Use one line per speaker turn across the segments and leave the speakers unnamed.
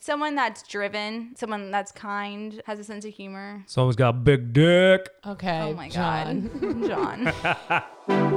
someone that's driven, someone that's kind, has a sense of humor.
Someone's got a big dick.
Okay.
Oh my
John.
god, John.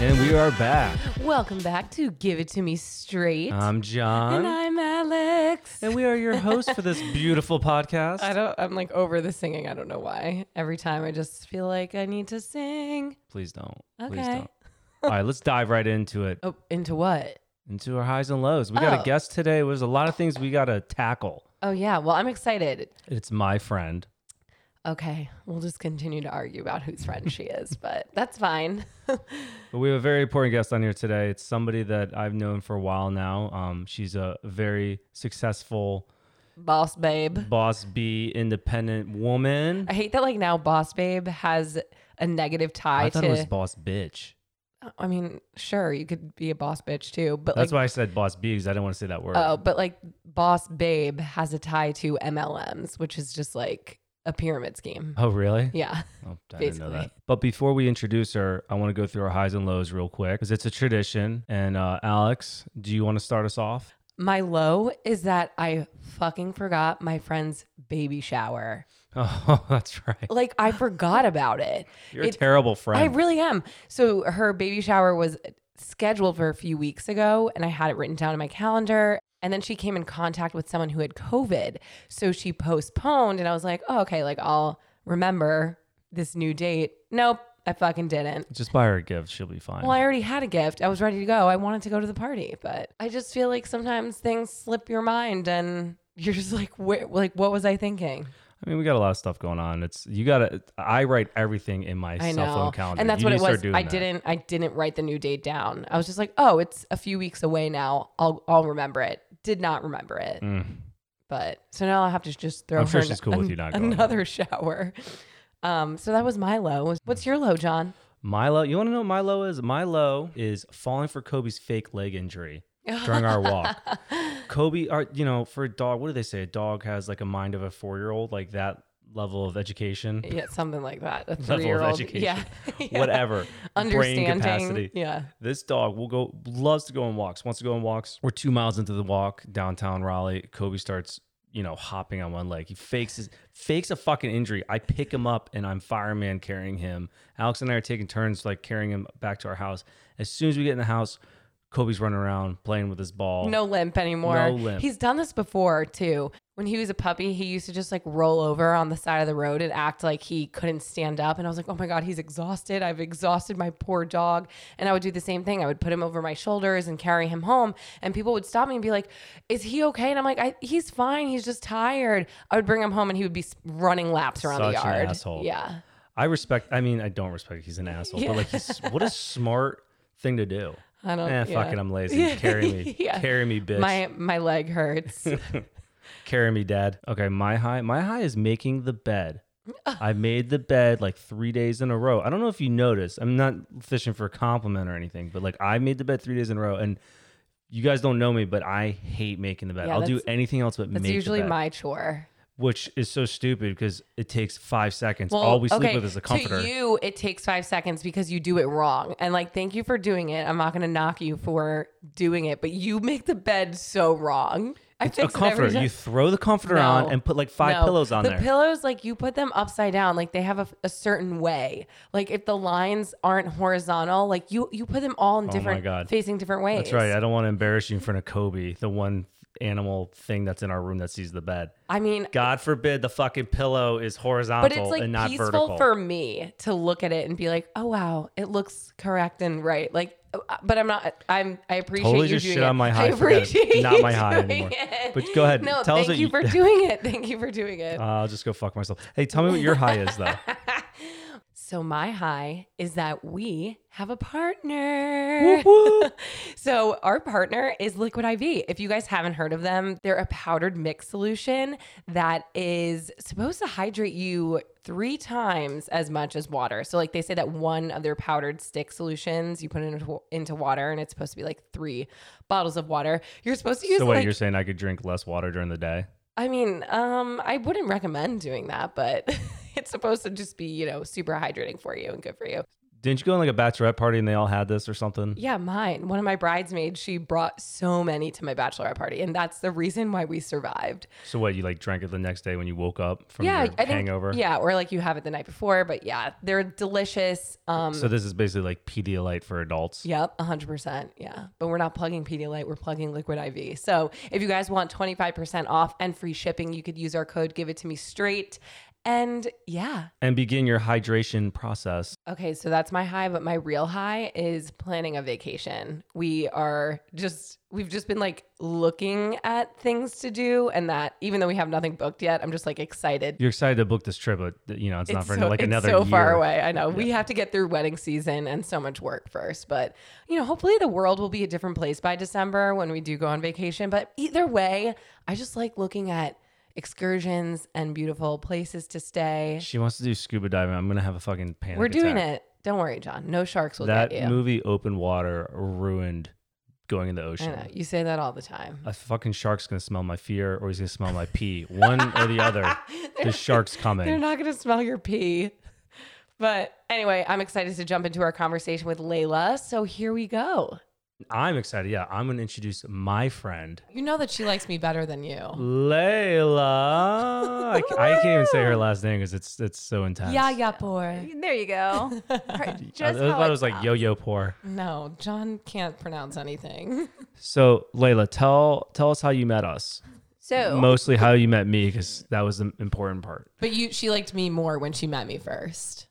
And we are back.
Welcome back to Give It To Me Straight.
I'm
and
John.
I'm Alex.
And we are your hosts for this beautiful podcast.
I don't I'm like over the singing. I don't know why. Every time I just feel like I need to sing.
Please don't. Please
Okay.
don't. All right, let's dive right into it.
Oh, into what?
Into our highs and lows. We got a
Oh.
guest today. There's a lot of things we got to tackle.
Oh yeah. Well, I'm excited.
It's my friend.
Okay. We'll just continue to argue about whose friend she is, but that's fine.
But we have a very important guest on here today. It's somebody that I've known for a while now. Um, she's a very successful
Boss babe.
boss bee independent woman.
I hate that like now boss babe has a negative tie
I thought
to
it was boss bitch.
I mean, sure, you could be a boss bitch too, but
That's
like
why I said boss bee because I didn't want to say that word.
oh, but like boss babe has a tie to MLMs, which is just like a pyramid scheme.
oh, really?
Yeah.
Oh, I didn't know that.
Basically.
But before we introduce her, I want to go through our highs and lows real quick because it's a tradition. And uh, Alex, do you want to start us off?
My low is that I fucking forgot my friend's baby shower.
Oh, that's right.
Like I forgot about it.
You're a
It-
terrible
I
friend.
really am. So her baby shower was scheduled for a few weeks ago, and I had it written down in my calendar. And then she came in contact with someone who had COVID, so she postponed. And I was like, oh, okay, like I'll remember this new date. Nope, I fucking didn't.
Just buy her a gift. She'll be fine.
Well, I already had a gift. I was ready to go. I wanted to go to the party, but I just feel like sometimes things slip your mind, and you're just like, where, like, what was I thinking?
I mean, we got a lot of stuff going on. It's you gotta. I write everything in my
I
cell
know,
phone calendar,
and that's
You
what
need
it
to start
was.
doing
I
that.
didn't. I didn't write the new date down. I was just like, oh, it's a few weeks away now. I'll I'll remember it. Did not remember it.
Mm.
But so now I'll have to just throw
I'm
her
sure
an-
she's cool with you not going.
another shower. Um. So that was my low. What's your low, John?
Milo, you want to know what Milo is? Milo is falling for Kobe's fake leg injury during our walk. Kobe, are you know, for a dog, what do they say? A dog has like a mind of a four year old, like that level of education,
Yeah, something like that. A
level of
three-year-old.
education,
Yeah. Yeah.
whatever,
Understanding.
brain capacity.
Yeah.
This dog will go loves to go on walks. Wants to go on walks. We're two miles into the walk downtown Raleigh. Kobe starts, you know, hopping on one leg. He fakes his fakes a fucking injury. I pick him up and I'm fireman carrying him. Alex and I are taking turns like carrying him back to our house. As soon as we get in the house, Kobe's running around playing with his ball.
No limp anymore.
Oh. No limp.
He's done this before too. When he was a puppy, he used to just like roll over on the side of the road and act like he couldn't stand up. And I was like, oh my God, he's exhausted. I've exhausted my poor dog. And I would do the same thing. I would put him over my shoulders and carry him home. And people would stop me and be like, is he okay? And I'm like, I, he's fine. He's just tired. I would bring him home and he would be s- running laps around the
Such an
yard.
asshole.
Yeah.
I respect. I mean, I don't respect. He's an asshole,
Yeah.
but like, he's, what a smart thing to do.
I don't-
Eh, fuck
yeah.
it. I'm lazy. Carry me.
Yeah.
Carry me, bitch.
My my leg hurts.
Carry me, dad. Okay, my high. My high is making the bed. I made the bed like three days in a row. I don't know if you noticed. I'm not fishing for a compliment or anything, but like I made the bed three days in a row, and you guys don't know me, but I hate making the bed.
Yeah,
I'll do
that's-
anything else but
That's
make
usually
the bed,
my chore.
which is so stupid because it takes five seconds.
Well,
All we sleep
okay,
with is a comforter.
To you, it takes five seconds because you do it wrong. And like, thank you for doing it. I'm not going to knock you for doing it, but you make the bed so wrong. I
a
fix it every
comforter.
time.
You throw the comforter
No.
on and put like five
No.
pillows on
the
there.
pillows, like you put them upside down, like they have a, a certain way. Like if the lines aren't horizontal, like you you put them all in different
Oh God.
facing different ways.
That's right. I don't want to embarrass you in front of Kobe, the one animal thing that's in our room that sees the bed.
I mean,
God forbid the fucking pillow is horizontal
but it's like
and not
peaceful
vertical.
for me to look at it and be like, oh wow, it looks correct and right. Like, uh, but I'm not. I'm. I appreciate
Totally
you
just
doing
shit
it.
on my
I
high. Forget it.
appreciate
Not my
you
high
doing
anymore.
it.
But go ahead.
No,
Tell us
thank
what
you
you-
for
Uh,
doing it. Thank you for doing it.
I'll just go fuck myself. Hey, tell me what your high is though.
So my high is that we have a partner.
Whoop, whoop.
so our partner is Liquid IV. If you guys haven't heard of them, they're a powdered mix solution that is supposed to hydrate you three times as much as water. So like they say that one of their powdered stick solutions, you put it into, into water and it's supposed to be like three bottles of water. You're supposed to use
So wait,
like
you're saying I could drink less water during the day?
I mean, um, I wouldn't recommend doing that, but it's supposed to just be, you know, super hydrating for you and good for you.
Didn't you go on like a bachelorette party and they all had this or something?
Yeah, mine. One of my bridesmaids, she brought so many to my bachelorette party, and that's the reason why we survived.
So what, you like drank it the next day when you woke up from
yeah,
your hangover?
yeah, or like you have it the night before, but yeah, they're delicious. Um,
So this is basically like Pedialyte for adults.
Yep, 100%. Yeah. But we're not plugging Pedialyte, we're plugging Liquid IV. So if you guys want 25% off and free shipping, you could use our code Give It To Me Straight. And yeah,
And begin your hydration process.
Okay, so that's my high, but my real high is planning a vacation. We are just we've just been like looking at things to do and that even though we have nothing booked yet, I'm just like excited.
You're excited to book this trip, but uh, you know, it's, not for like
it's
another
so
year.
far away. I know. We have to get through wedding season and so much work first, but you know, hopefully the world will be a different place by December when we do go on vacation, but either way, I just like looking at excursions and beautiful places to stay.
She wants to do scuba diving. I'm gonna have a fucking panic.
We're doing
attack.
it. Don't worry, John. No sharks will
That
get you.
movie Open Water ruined going in the
I
ocean.
know. You say that all the time.
A fucking shark's gonna smell my fear or he's gonna smell my pee. One or the other. The shark's
They're
coming.
not going to smell your pee. But anyway, I'm excited to jump into our conversation with Layla. So here we go.
I'm excited. Yeah, I'm gonna introduce my friend,
You know that she likes me better than you.
Layla. I, I can't even say her last name because it's it's so intense.
Yeah, yeah, boy.
There you go.
I, I
Just how
thought it
it
was like yo yo poor.
No, John can't pronounce anything.
So Layla, tell tell us how you met us.
So
Mostly how you met me because that was the important part.
But you, she liked me more when she met me first.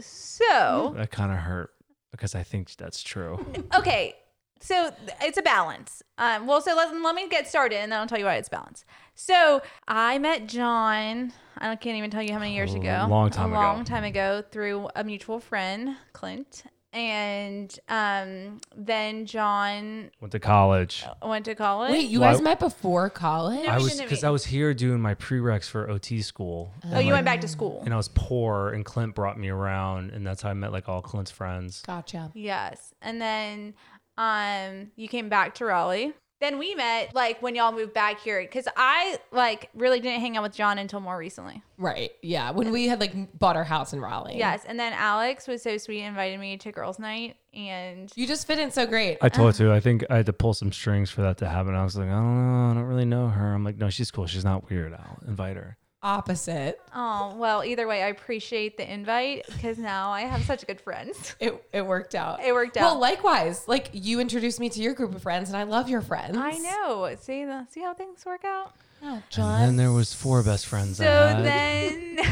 so
That kind of hurt because I think that's true.
okay. So th- it's a balance. Um, well, so let, let me get started and then I'll tell you why it's balance. So I met John. I don't- can't even tell you how many years
A
ago.
Oh, long time
a
ago.
long time ago through a mutual friend, Clint. And um, then John
Went to college.
went to college.
Wait, you
Why-
guys met before college?
I
we
was
didn't
because
meet.
I was here doing my prereqs for OT school.
oh, you went back to school.
and I was poor, and Clint brought me around, and that's how I met like all Clint's friends.
Gotcha.
Yes. And then um you came back to Raleigh. Then we met like when y'all moved back here cuz I like really didn't hang out with John until more recently.
Right. Yeah. When we had like bought our house in Raleigh.
Yes, and then Alex was so sweet invited me to girls night and
You just fit in so great.
I
Ah.
told you, I think I had to pull some strings for that to happen. I was like, I don't know, I don't really know her. I'm like, no, she's cool. She's not weird. I'll invite her.
Opposite.
oh, well, either way I appreciate the invite cuz now I have such good friends.
It, it worked out.
It worked
Well,
out.
likewise, like you introduced me to your group of friends, and I love your friends.
I know. See the, see how things work out?
Oh,
And then there was four best friends. I
So
had.
then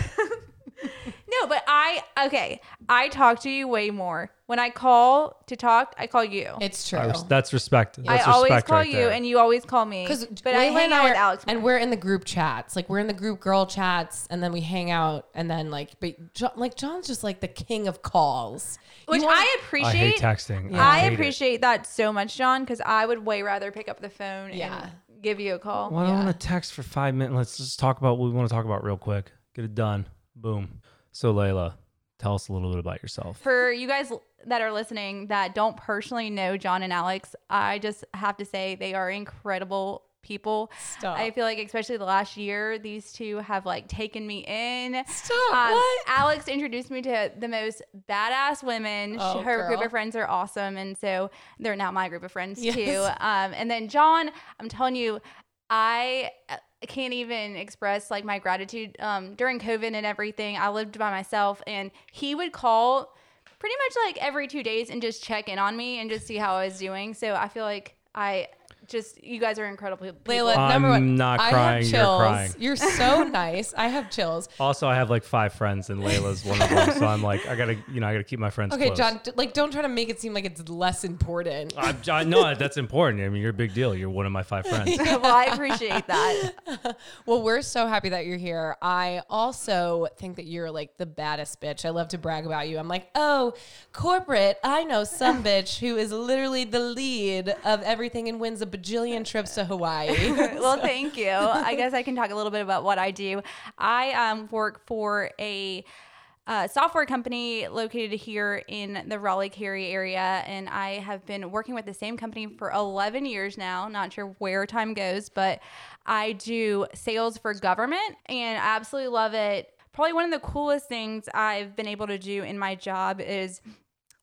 No, but I okay, I talk to you way more. When I call to talk, I call you.
it's
I
true.
res- that's respect.
I
That's
always
respect
call
right
you,
there.
and you always call me.
Because
But I hang out with Alex.
and
more.
we're in the group chats. Like we're in the group girl chats, and then we hang out, and then like, but John, like John's just like the king of calls. You
which
wanna-
I
I
appreciate.
hate texting.
I
hate it.
appreciate that so much, John, because I would way rather pick up the phone
Yeah.
and give you a call.
Well, I
Yeah.
don't want to text for five minutes. Let's just talk about what we want to talk about real quick. Get it done. Boom. So, Layla, tell us a little bit about yourself.
For you guys l- that are listening that don't personally know John and Alex, I just have to say they are incredible people.
Stop.
I feel like especially the last year, these two have like taken me in.
Stop.
Um,
what?
Alex introduced me to the most badass women. Sh-
Oh,
Her group
girl.
of friends are awesome, and so they're now my group of friends
Yes.
too. Um, and then John, I'm telling you, I uh, can't even express like my gratitude. Um, during COVID and everything, I lived by myself, and he would call pretty much like every two days and just check in on me and just see how I was doing. So I feel like I just you guys are incredible people.
Layla,
I'm
number one.
not
I have
crying,
chills.
you're crying.
You're so nice. I have chills.
Also, I have like five friends, and Layla's one of them. So I'm like, I gotta, you know, I gotta keep my friends.
Okay,
close.
John, d- like don't try to make it seem like it's less important.
I, I know that's important. I mean, you're a big deal. You're one of my five friends.
well, I appreciate that.
Well, we're so happy that you're here. I also think that you're like the baddest bitch. I love to brag about you. I'm like, oh, corporate. I know some bitch who is literally the lead of everything and wins a bajillion trips to Hawaii.
well, thank you. I guess I can talk a little bit about what I do. I um, work for a uh, software company located here in the Raleigh Cary area, and I have been working with the same company for 11 years now. Not sure where time goes, but I do sales for government, and I absolutely love it. Probably one of the coolest things I've been able to do in my job is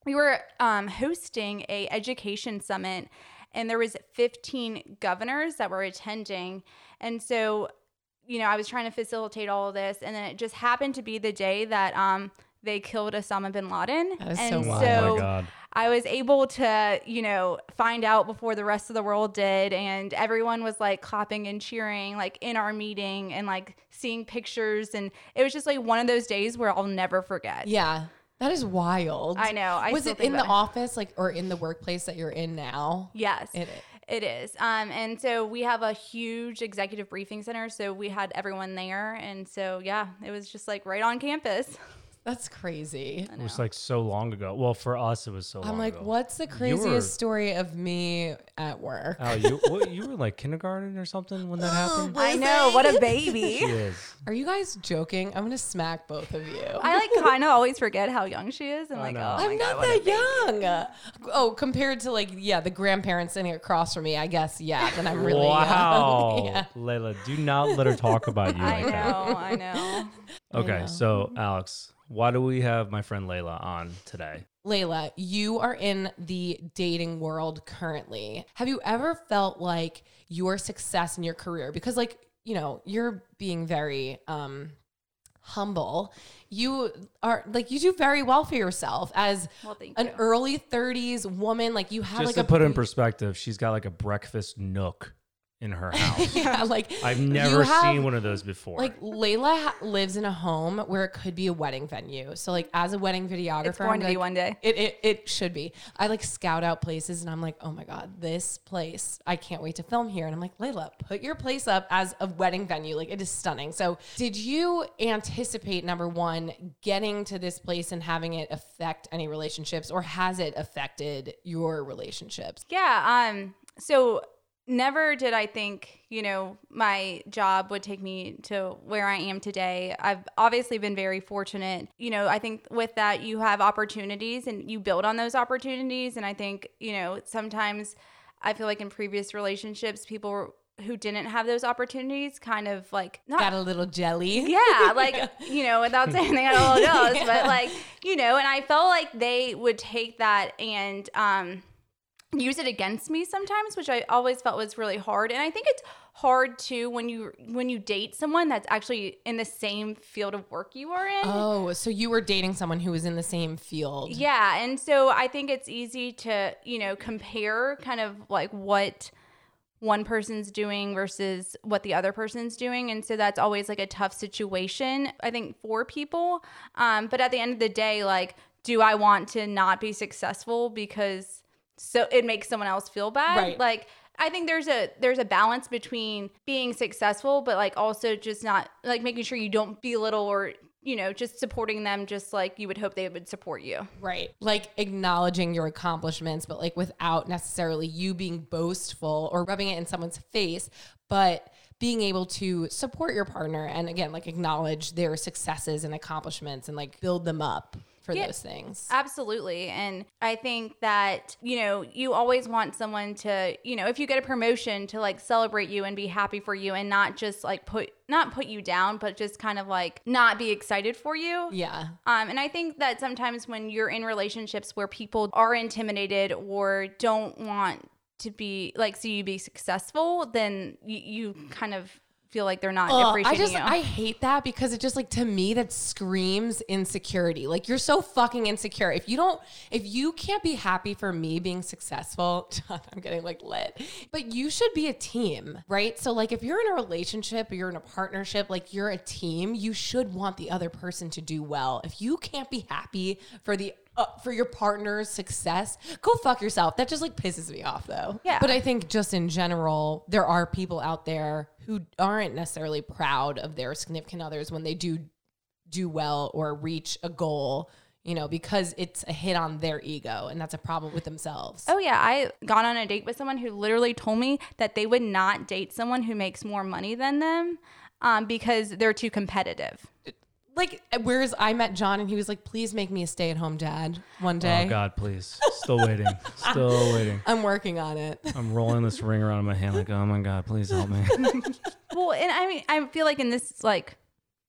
we were um, hosting a education summit and there was 15 governors that were attending and so you know i was trying to facilitate all of this and then it just happened to be the day that um, they killed osama bin laden
That is so
and
wild.
oh my god.
I was able to, you know, find out before the rest of the world did. And everyone was like clapping and cheering, like in our meeting and like seeing pictures. And it was just like one of those days where I'll never forget.
yeah, that is wild.
I know. I
was
still
it
think
in the
about it.
office, like, or in the workplace that you're in now?
Yes.
It is.
It is. Um, and so we have a huge executive briefing center. So we had everyone there. And so, yeah, it was just like right on campus.
That's crazy.
It was like so long ago. Well, for us, it was so long
I'm like,
ago.
what's the craziest
were-
story of me at work?
Oh, you what, you were like kindergarten or something when
Oh.
that happened.
I know. What a baby.
Yes.
Are you guys joking? I'm gonna smack both of you.
I like kind of always forget how young she is. I'm like,
know.
oh, my
I'm
God.
not that young. Oh, compared to like, yeah, the grandparents sitting across from me, I guess, yeah, then I'm really
wow,
young. yeah.
Layla, do not let her talk about you
I
like that.
know. I know.
Okay,
know. mm-hmm.
so Alex, why do we have my friend Layla on today?
Layla, you are in the dating world currently. Have you ever felt like your success in your career? Because, like, you know, you're being very um, humble. You are like, you do very well for yourself as
Well, thank
an
you.
early 30s woman. Like, you have
Just
like
to
a
put it in perspective, she's got like a breakfast nook in her house.
yeah, like
I've
you
never
have-
seen one of those before.
Like Layla ha- lives in a home where it could be a wedding venue. So like as a wedding videographer,
It's going
I'm
to be
like-
one day.
It, it it should be. I like scout out places and I'm like, oh my god, this place! I can't wait to film here. And I'm like, Layla, put your place up as a wedding venue. Like it is stunning. So did you anticipate number one getting to this place and having it affect any relationships, or has it affected your relationships?
Yeah. Um. So never did I think you know my job would take me to where I am today. I've obviously been very fortunate. You know, I think with that you have opportunities and you build on those opportunities. And I think you know sometimes I feel like in previous relationships people who didn't have those opportunities kind of like not
Got a little jelly.
yeah, like you know, without saying they got a little nose, but like you know, and I felt like they would take that and um, use it against me sometimes, which I always felt was really hard. And I think it's hard too when you when you date someone that's actually in the same field of work you are in.
Oh, so you were dating someone who was in the same field.
Yeah, and so I think it's easy to, you know, compare kind of like what one person's doing versus what the other person's doing, and so that's always like a tough situation I think for people. Um but at the end of the day, like do I want to not be successful because so it makes someone else feel bad?
Right.
Like I think there's a there's a balance between being successful but like also just not like making sure you don't belittle or you know just supporting them just like you would hope they would support you.
Right. Like acknowledging your accomplishments, but like without necessarily you being boastful or rubbing it in someone's face, but being able to support your partner and again, like acknowledge their successes and accomplishments and like build them up for
Yeah.
those things.
Absolutely. And I think that, you know, you always want someone to, you know, if you get a promotion to like celebrate you and be happy for you and not just like put not put you down, but just kind of like not be excited for you.
yeah.
Um, and I think that sometimes when you're in relationships where people are intimidated or don't want to be like see you be successful, then you, you kind of feel like they're not
Ugh, I
appreciating
just
you.
I hate that because it just like to me that screams insecurity. Like you're so fucking insecure. If you don't if you can't be happy for me being successful, John, I'm getting like lit. But you should be a team, right? So like if you're in a relationship or you're in a partnership, like you're a team, you should want the other person to do well. If you can't be happy for the uh, for your partner's success, go fuck yourself. That just like pisses me off though.
Yeah.
But I think just in general, there are people out there who aren't necessarily proud of their significant others when they do do well or reach a goal, you know, because it's a hit on their ego and that's a problem with themselves.
Oh yeah, I got on a date with someone who literally told me that they would not date someone who makes more money than them um, because they're too competitive.
Like whereas I met John and he was like, "Please make me a stay-at-home dad one day."
Oh God, please. Still waiting. Still waiting.
I'm working on it.
I'm rolling this ring around in my hand like, oh my God, please help me.
Well, and I mean, I feel like in this like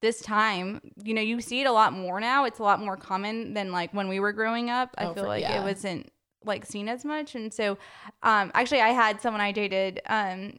this time, you know, you see it a lot more now. It's a lot more common than like when we were growing up. I
Oh,
feel
for-
like
yeah.
it wasn't like seen as much, and so um, actually, I had someone I dated. Um,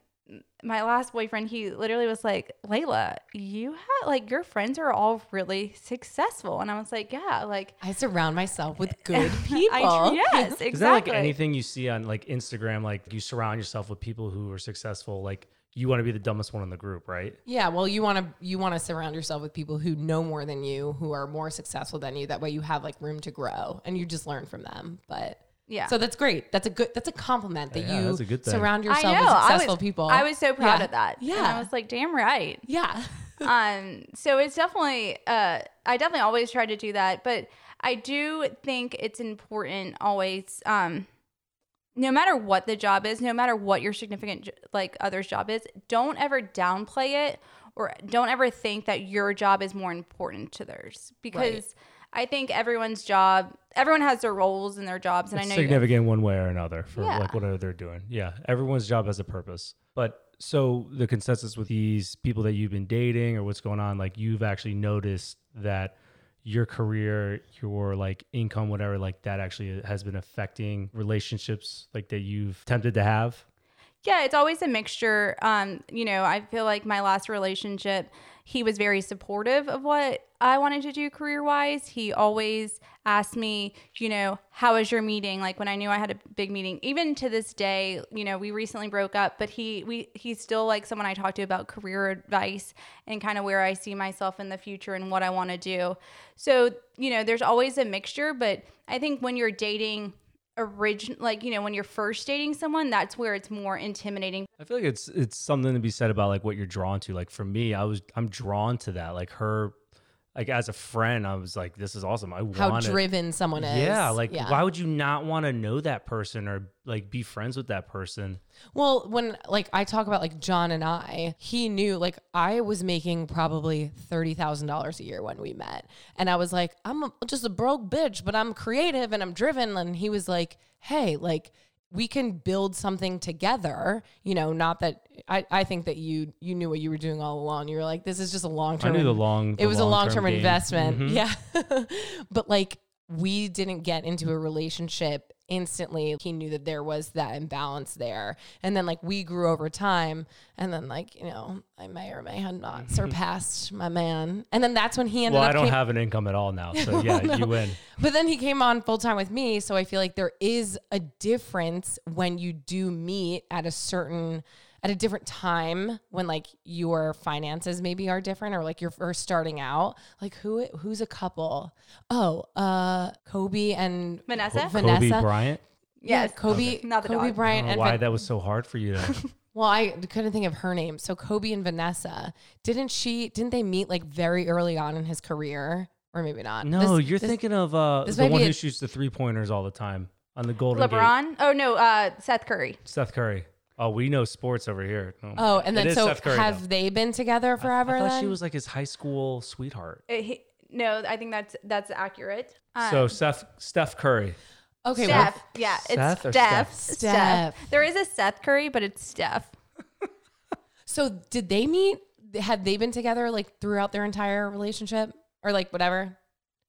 my last boyfriend, he literally was like, "Layla, you had like your friends are all really successful," and I was like, "Yeah, like."
I surround myself with good people.
I, yes, exactly.
Is that like anything you see on like Instagram? Like you surround yourself with people who are successful. Like you want to be the dumbest one in the group, right?
Yeah, well, you want to you want to surround yourself with people who know more than you, who are more successful than you. That way, you have like room to grow, and you just learn from them. But
Yeah.
so that's great. That's a good. That's a compliment that
Yeah,
you
that's a good thing.
surround yourself with
I
successful
was,
people.
I was so proud
Yeah.
of that.
Yeah,
And I was like, damn right.
yeah.
um so it's definitely uh i definitely always try to do that but i do think it's important always um no matter what the job is no matter what your significant j- like other's job is don't ever downplay it or don't ever think that your job is more important to theirs because i think everyone's job everyone has their roles and their jobs and
It's
i know you,
significant one way or another for
Yeah.
like whatever they're doing. Yeah, everyone's job has a purpose. But so the consensus with these people that you've been dating or what's going on, like you've actually noticed that your career, your like income, whatever, like that actually has been affecting relationships like that you've tempted to have.
Yeah, it's always a mixture. Um, you know, I feel like my last relationship, he was very supportive of what I wanted to do career wise. He always asked me, you know, how was your meeting? Like when I knew I had a big meeting, even to this day, you know, we recently broke up, but he we he's still like someone I talk to about career advice and kind of where I see myself in the future and what I want to do. So, you know, there's always a mixture, but I think when you're dating original like you know when you're first dating someone that's where it's more intimidating
I feel like it's it's something to be said about like what you're drawn to. Like for me, I was I'm drawn to that. Like her, like as a friend, I was like, this is awesome. I
How
want it.
driven someone is.
Yeah, like why would you not want to know that person or like be friends with that person?
Well, when like I talk about like John and I, he knew like I was making probably thirty thousand dollars a year when we met, and I was like, I'm a, just a broke bitch, but I'm creative and I'm driven. And he was like, Hey, like we can build something together. You know, not that I, I think that you you knew what you were doing all along. You were like, this is just a long
I
term.
knew the long.
It was a long term
game.
investment.
Mhm.
Yeah. but like we didn't get into a relationship instantly. He knew that there was that imbalance there. And then like we grew over time. And then like, you know, I may or may have not surpassed my man. And then that's when he ended
Well,
up
I don't
came-
have an income at all now, so yeah, you win.
but then he came on full time with me. So I feel like there is a difference when you do meet at a certain, at a different time when like your finances maybe are different or like you're first starting out. Like who, who's a couple? Oh, uh, Kobe and
vanessa
Van-
Kobe
Vanessa?
Bryant.
yeah,
Yes.
Kobe,
Not the
Kobe
dog.
I don't
Bryant
know
and
Oh, why
Van-
that was so hard for you? To,
well, I couldn't think of her name. So Kobe and Vanessa, didn't she, didn't they meet like very early on in his career? Or maybe not.
no,
This-
you're
this-
thinking of uh,
this
the
might
one
be
who
a-
shoots the three pointers all the time on the Golden Gate.
lebron oh no uh seth curry
Seth Curry. Oh, we know sports over here. my
Oh,
God.
and
It
then
is
so
Seth Curry,
have
though.
they been together forever?
I thought
then?
she was like his high school sweetheart.
Uh, he- no i think that's that's accurate um,
so Seth Steph Curry.
okay. well-
steph yeah it's
Seth or
steph.
Steph?
Steph.
Steph.
there is a seth curry but it's steph
so did they meet? Had they been together like throughout their entire relationship or like whatever?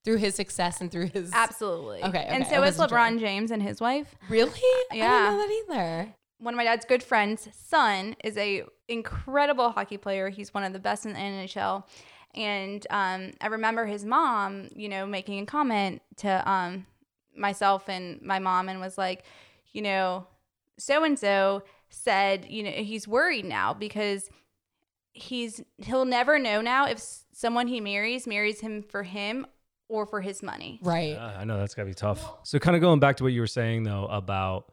Through his success and through his
absolutely
Okay,
and
okay, I
so is
wasn't sure.
lebron james and his wife
really, I
Yeah.
didn't know that either.
one of my dad's good friends' son is a incredible hockey player. He's one of the best in the NHL. And um, I remember his mom, you know, making a comment to um, myself and my mom and was like, you know, so and so said, you know, he's worried now because he's he'll never know now if s- someone he marries marries him for him or for his money.
Right.
Yeah, I know that's gotta be tough. So, kind of going back to what you were saying though about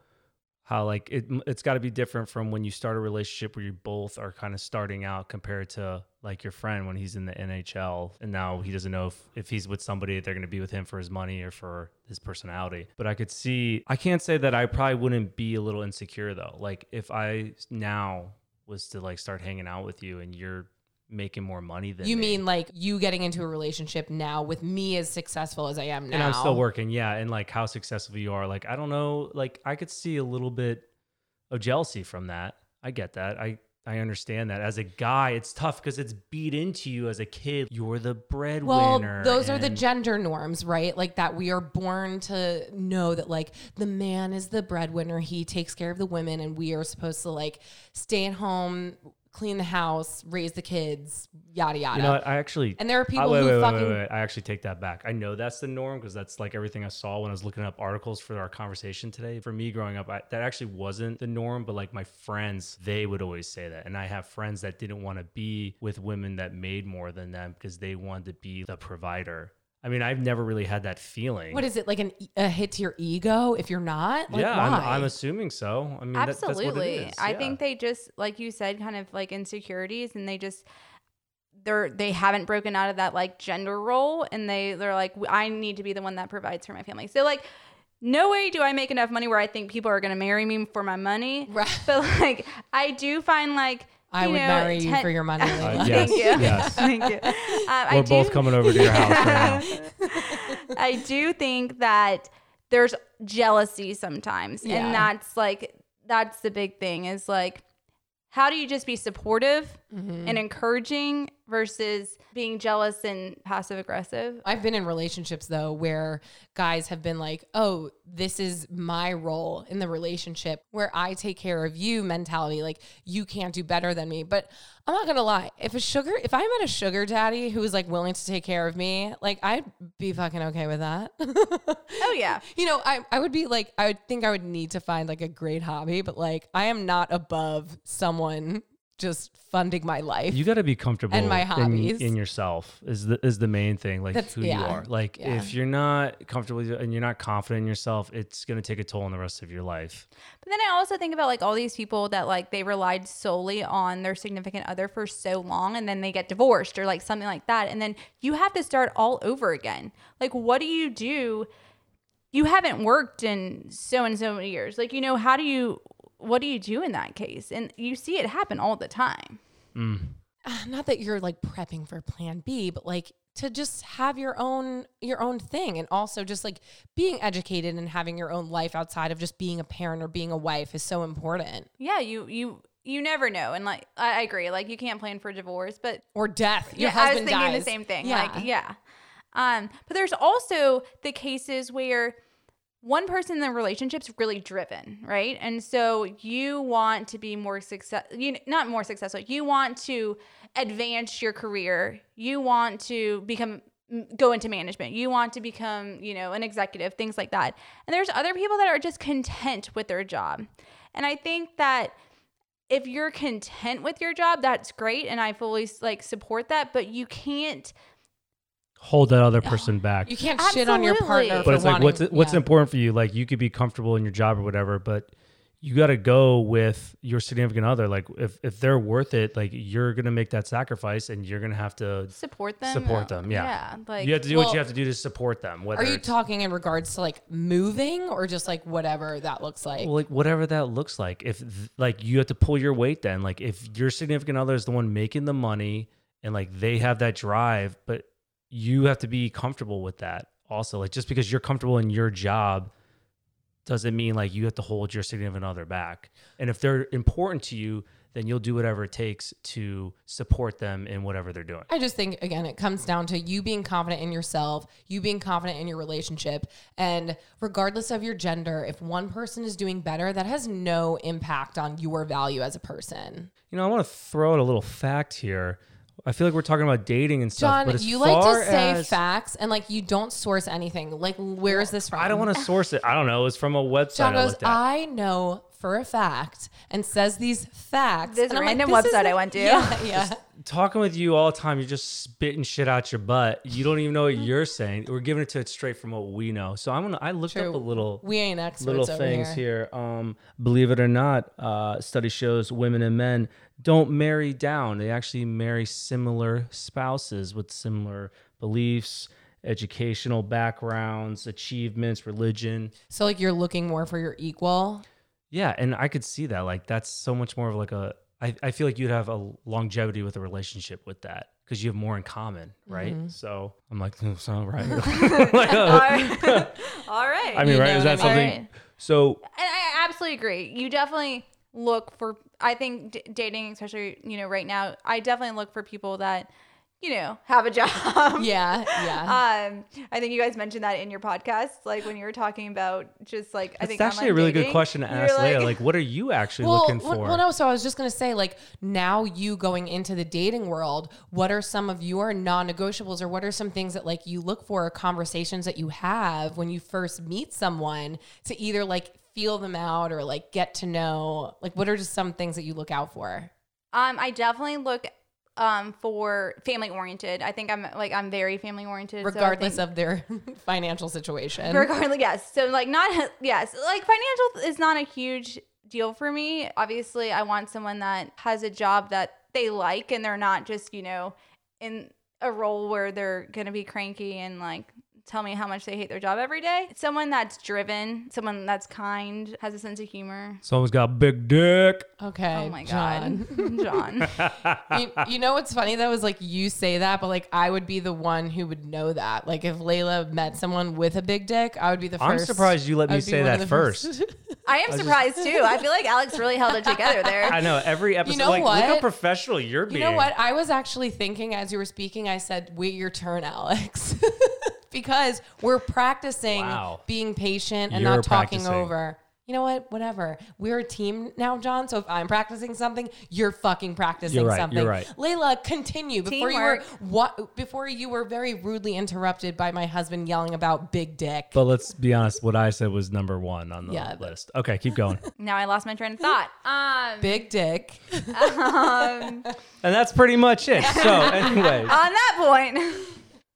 how like it, it's got to be different from when you start a relationship where you both are kind of starting out compared to like your friend when he's in the NHL and now he doesn't know if, if he's with somebody they're going to be with him for his money or for his personality but i could see i can't say that i probably wouldn't be a little insecure though like if i now was to like start hanging out with you and you're making more money than
You
me,
mean like you getting into a relationship now with me as successful as I am now?
and I'm still working. Yeah, and like how successful you are. Like I don't know. Like I could see a little bit of jealousy from that. I get that. I I understand that. As a guy, it's tough because it's beat into you as a kid. You're the
Well,
breadwinner.
those are the
and-
gender norms, right? Like that we are born to know that like the man is the breadwinner, he takes care of the women and we are supposed to like stay at home, clean the house, raise the kids, yada yada.
You know, what? I actually
and there are people
I, Oh, wait,
who
wait, wait,
fucking
wait, wait. I actually take that back. I know that's the norm because that's like everything I saw when I was looking up articles for our conversation today. For me growing up, I, that actually wasn't the norm, but like my friends, they would always say that. And I have friends that didn't want to be with women that made more than them because they wanted to be the provider. I mean, I've never really had that feeling.
What is it like an e- a hit to your ego if you're not? Like,
yeah, I'm,
why?
I'm assuming so. I mean, that- that's what
Absolutely.
it is.
I
Yeah.
think they just like you said kind of like insecurities and they just they're they haven't broken out of that like gender role and they they're like I need to be the one that provides for my family. So like no way do I make enough money where I think people are going to marry me for my money.
Right.
But like I do find like
I
you
would
know,
marry you
ten-
for your money.
Uh,
Layla.
yes,
Thank you.
yes.
Thank you. Um, I
we're both
do-
coming over to your house right now.
I do think that there's jealousy sometimes.
Yeah.
And that's like, that's the big thing is like, how do you just be supportive and encouraging versus being jealous and passive aggressive?
I've been in relationships though where guys have been like, "Oh, this is my role in the relationship where I take care of you" mentality, like you can't do better than me. But I'm not going to lie. If a sugar if I met a sugar daddy who was like willing to take care of me, like I'd be fucking okay with that.
Oh, yeah.
you know, I, I would be like, I would think I would need to find like a great hobby, but like, I am not above someone just funding my life.
you got to be comfortable
And my
in-
hobbies.
in, yourself is the is the main thing like
That's-
who you
yeah.
are like
Yeah.
if you're not comfortable with- and you're not confident in yourself it's going to take a toll on the rest of your life
But then I also think about like all these people that like they relied solely on their significant other for so long and then they get divorced or like something like that. And then you have to start all over again. Like, what do you do? You haven't worked in so and so many years. Like, you know, how do you, what do you do in that case? And you see it happen all the time.
Ah, not that you're like prepping for plan B, but like to just have your own, your own thing. And also just like being educated and having your own life outside of just being a parent or being a wife is so important
Yeah, you, you, you never know. And like, I I agree. Like, you can't plan for divorce, but
or death. Your
yeah, I was
husband
thinking
dies.
the same thing.
Yeah.
Like, yeah. Um, but there's also the cases where one person in the relationship's really driven, right? And so you want to be more success you not more successful. You want to advance your career. You want to become m- go into management. You want to become, you know, an executive, things like that. And there's other people that are just content with their job. And I think that if you're content with your job, that's great and I fully like support that, but you can't
hold that other person back
You can't shit on your partner.
Absolutely.
for
but it's like
wanting-
what's what's
yeah.
important for you like you could be comfortable in your job or whatever but you got to go with your significant other like if if they're worth it like you're going to make that sacrifice and you're going to have to
support them.
Support them, yeah.
Yeah, like
you have to do what
well-
you have to do to support them whether
Are you
it's-
talking in regards to like moving or just like whatever that looks like?
Well, like whatever that looks like. If th- like you have to pull your weight, then like if your significant other is the one making the money and like they have that drive, but you have to be comfortable with that. Also, like just because you're comfortable in your job doesn't mean like you have to hold your significant other back. And if they're important to you, then you'll do whatever it takes to support them in whatever they're doing.
I just think again it comes down to you being confident in yourself, you being confident in your relationship, and regardless of your gender, if one person is doing better, that has no impact on your value as a person.
You know, I want to throw out a little fact here. I feel like we're talking about dating and stuff.
John,
but as
you like
far
to say
as-
facts and like you don't source anything. Like where is this from?
I don't want to source it. I don't know. It's from a website
John
I
goes, "Uh,
looked at.
I know for a fact and says these facts.
This
and I'm like,
random
this is
website I
the-
went to.
Yeah, yeah.
Talking with you all the time, you're just spitting shit out your butt. You don't even know what you're saying. We're giving it to it straight from what we know. So I'm gonna. I looked
True.
up a little.
We ain't experts
little
over
things
here.
here. Um, believe it or not, uh, study shows women and men don't marry down. They actually marry similar spouses with similar beliefs, educational backgrounds, achievements, religion.
So like you're looking more for your equal.
Yeah, and I could see that. Like that's so much more of like a. I, I feel like you'd have a longevity with a relationship with that because you have more in common, right?
Mm-hmm.
So I'm like, no, it's not right. Like,
All
uh,
right. All right.
I mean,
You
right?
know
Is that
what I
mean.
something? So
And I absolutely agree. You definitely look for. I think d- dating, especially you know right now, I definitely look for people that you know have a job.
Yeah, yeah.
Um, I think you guys mentioned that in your podcast, like when you were talking about just like I
It's
think
actually a
online
really good
dating,
question to
you were
ask Leah. Like, what are you actually looking
well,
for?
Well, no, so I was just going to say, like, now you going into the dating world, what are some of your non negotiables or what are some things that, like, you look for or conversations that you have when you first meet someone to either, like, feel them out or, like, get to know? Like, what are just some things that you look out for?
Um, I definitely look um for family oriented. I think I'm like I'm very family oriented.
Regardless of their financial situation.
regardless, yes. So like not yes, like financial is not a huge deal for me. Obviously, I want someone that has a job that they like and they're not just you know in a role where they're gonna be cranky and like tell me how much they hate their job every day. Someone that's driven, someone that's kind, has a sense of humor.
Someone's got big dick.
Okay.
Oh my
John.
god, John.
you, you know what's funny though is like you say that, but like I would be the one who would know that. Like if Layla met someone with a big dick, I would be the
I'm
first.
surprised you let
I
me
would be
say
one of
that
the
first.
I am surprised too. I feel like Alex really held it together there.
I know every episode.
know
like, look
what?
how professional you're
you
being.
know what? I was actually thinking as you were speaking, I said, "Wait your turn, Alex," because we're practicing
Wow.
being patient and
You're
not talking
practicing.
over. You know what? Whatever. We're a team now, John. So if I'm practicing something, you're fucking practicing
You're right,
something.
you're right.
Layla, continue before
Teamwork.
you were what before you were very rudely interrupted by my husband yelling about big dick.
But let's be honest. What I said was number one on the
Yeah, but-
list. Okay, keep going.
Now I lost my train of thought. Um,
big dick.
um,
and that's pretty much it. So, anyway,
on that point,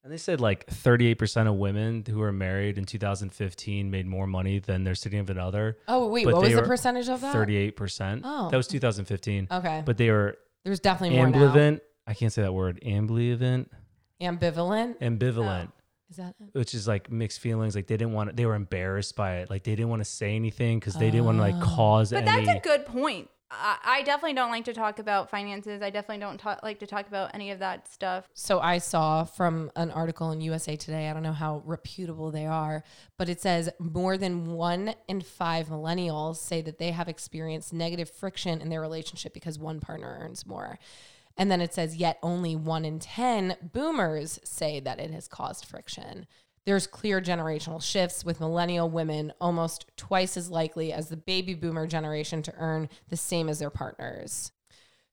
and they said like 38% of women who were married in 2015 made more money than their significant other.
Oh wait,
But
what was
they
the
were
percentage of that?
38%.
Oh.
That was 2015.
Okay.
But they were
There's definitely more now.
ambivalent. I can't say that word. Ambivalent.
Ambivalent.
Ambivalent.
Is that
which is like mixed feelings. Like they didn't want, they were embarrassed by it. Like they didn't want to say anything because they didn't want to like cause
but
any.
that's a good point. I, I definitely don't like to talk about finances. I definitely don't ta- like to talk about any of that stuff.
So I saw from an article in USA Today, I don't know how reputable they are, but it says more than one in five millennials say that they have experienced negative friction in their relationship because one partner earns more. And then it says, yet only one in 10 boomers say that it has caused friction. There's clear generational shifts with millennial women almost twice as likely as the baby boomer generation to earn the same as their partners.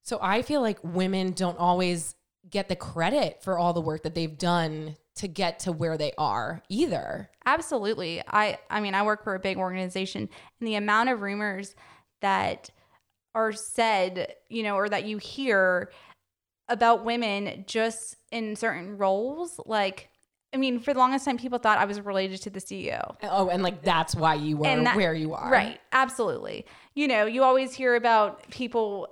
So I feel like women don't always get the credit for all the work that they've done to get to where they are either.
Absolutely. I I mean, I work for a big organization and the amount of rumors that are said, you know, or that you hear about women just in certain roles, like I mean, for the longest time people thought I was related to the E CEO.
Oh, and like that's why you are
And that-
where you are.
Right. Absolutely. You know, you always hear about people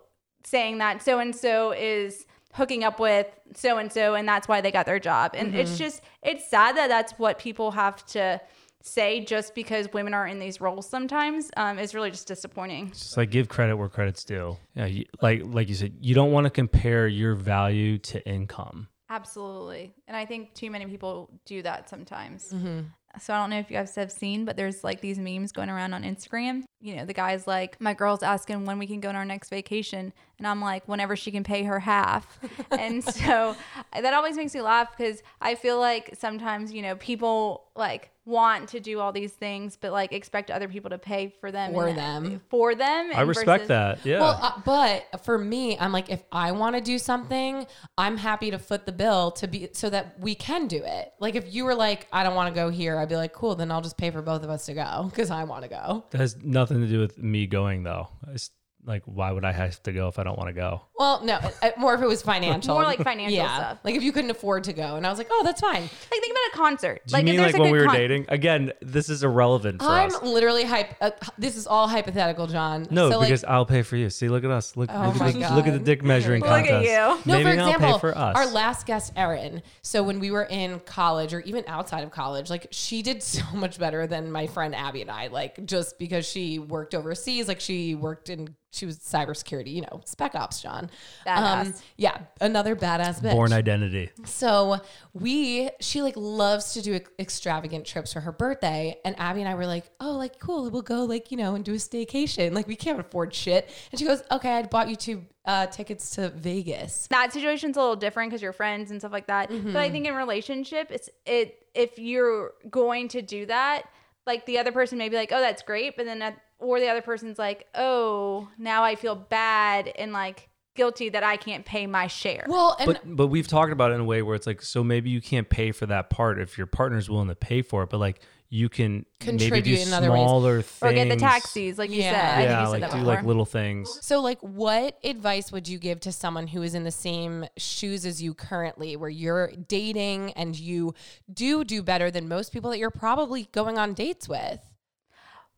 saying that so and so is hooking up with so and so and that's why they got their job. And it's just it's sad that that's what people have to say just because women are in these roles sometimes um, is really just disappointing.
It's like give credit where credit's due. Yeah, you, like like you said, you don't want to compare your value to income.
Absolutely. And I think too many people do that sometimes.
Mm-hmm.
So I don't know if you guys have seen, but there's like these memes going around on Instagram. You know, the guy's like, my girl's asking when we can go on our next vacation. And I'm like, whenever she can pay her half. and so uh, that always makes me laugh because I feel like sometimes, you know, people like want to do all these things, but like expect other people to pay for them
For
and-
them.
For them.
I
and versus-
respect that. Yeah.
Well, uh, but for me, I'm like, if I want to do something, I'm happy to foot the bill to be so that we can do it. Like, if you were like, I don't want to go here, I'd be like, cool, then I'll just pay for both of us to go because I want to go.
that has nothing to do with me going though. It's like, why would I have to go if I don't want to go?
Well, no, uh, more if it was financial,
More like financial stuff.
Like if you couldn't afford to go, and I was like, oh, that's fine.
Like think about a concert.
Do you mean
if there's
like
a
when
good
we were
con-
dating? Again, this is irrelevant for
I'm
us.
literally hype. Uh, this is all hypothetical, John.
No,
So, like,
because I'll pay for you. See, look at us. Look,
Oh
look,
my
at, the, look at the
God.
dick measuring
Look at
contest.
you.
No,
Maybe
for example,
I'll pay for us.
our last guest, Erin. So when we were in college or even outside of college, like she did so much better than my friend Abby and I, like just because she worked overseas, like she worked in, she was cybersecurity, you know, spec ops, John. Um,
Badass.
yeah, another badass bitch.
Born identity.
So we, she like loves to do ex- extravagant trips for her birthday. And Abby and I were like, oh, like, cool. We'll go like, you know, and do a staycation. Like we can't afford shit. And she goes, okay, I bought you two uh, tickets to Vegas.
that situation's a little different because you're friends and stuff like that. But I think in relationship, it's it if you're going to do that, like the other person may be like, "Oh, that's great," but then that, or the other person's like, "Oh, now I feel bad and like guilty that I can't pay my share."
Well, and
But but we've talked about it in a way where it's like, so maybe you can't pay for that part if your partner's willing to pay for it, but like you can maybe do
Contribute in other ways.
smaller things.
or get the taxis, like you
Yeah.
said. I think
Yeah,
you said
like
that
do
before.
like little things.
So, like, what advice would you give to someone who is in the same shoes as you currently, where you're dating and you do do better than most people that you're probably going on dates with?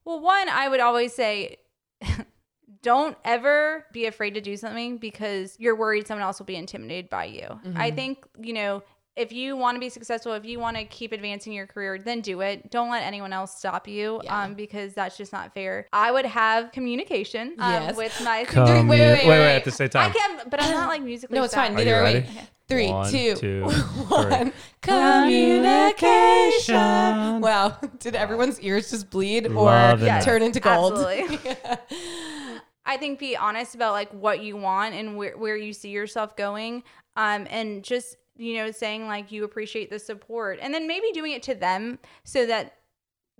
Well, one, I would always say don't ever be afraid to do something because you're worried someone else will be intimidated by you. I
Mm-hmm.
think, you know, if you want to be successful, if you want to keep advancing your career, then do it. Don't let anyone else stop you
Yeah.
um, because that's just not fair. I would have communication um,
Yes.
with my.
Come
wait,
here-
wait,
wait,
wait.
at the same
I
time.
can't, but I'm not like musically.
No, it's fine.
sound.
Are you
Neither are
ready?
we. Three,
One,
two,
two,
one.
three.
Communication. Wow. Did everyone's ears just bleed or
Loving
it.
turn into gold?
Absolutely. I think be honest about like what you want and where, where you see yourself going. Um, and just, you know, saying like you appreciate the support and then maybe doing it to them so that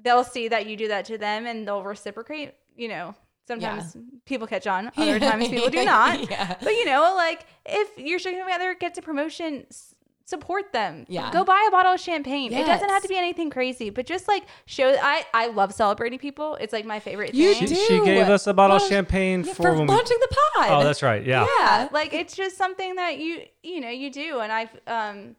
they'll see that you do that to them and they'll reciprocate. You know, sometimes people catch on, other times people do not.
Yeah.
But you know, like if your significant other gets a promotion, s- support them.
Yeah.
Go buy a bottle of champagne. It doesn't have
Yes.
to be anything crazy, but just like show. I I love celebrating people. It's like my favorite
You
thing.
She,
do.
she gave us a bottle of
Well,
champagne
Yeah,
for,
for
when we.
launching the pod.
Oh, that's right. Yeah.
Yeah, like it's just something that you you know you do, and I've um,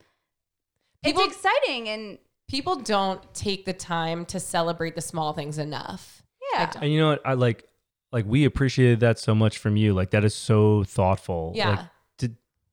it's
People-
exciting and
People don't take the time to celebrate the small things enough.
yeah.
don't.
And you know what? I like, like we appreciated that so much from you. Like that is so thoughtful.
Yeah.
Like, to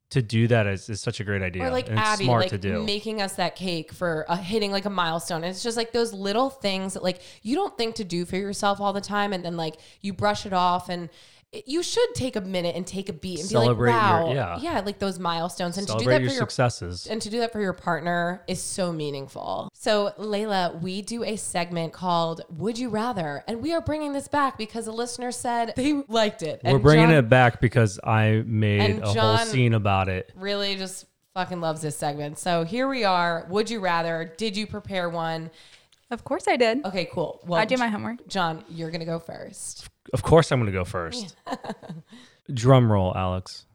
to do that is, is such a great idea.
Or like
and it's
Abby,
smart
like
to do.
making us that cake for uh, hitting like a milestone. And it's just like those little things that like you don't think to do for yourself all the time, and then like you brush it off, and it, you should take a minute and take a beat and
Celebrate
be
your-
like, wow,
yeah.
like those milestones, and
Celebrate
to do
your
that for your
successes.
and to do that for your partner is so meaningful. So, Layla, we do a segment called Would You Rather? And we are bringing this back because a listener said they liked it.
We're
And
bringing
John
it back because I made
and
a whole
John-
scene about it.
really just fucking loves this segment. So here we are. Would you rather? Did you prepare one?
Of course, I did.
Okay, cool. Well,
I do my homework.
John, you're gonna go first.
Of course, I'm going to go first. Drum roll, Alex.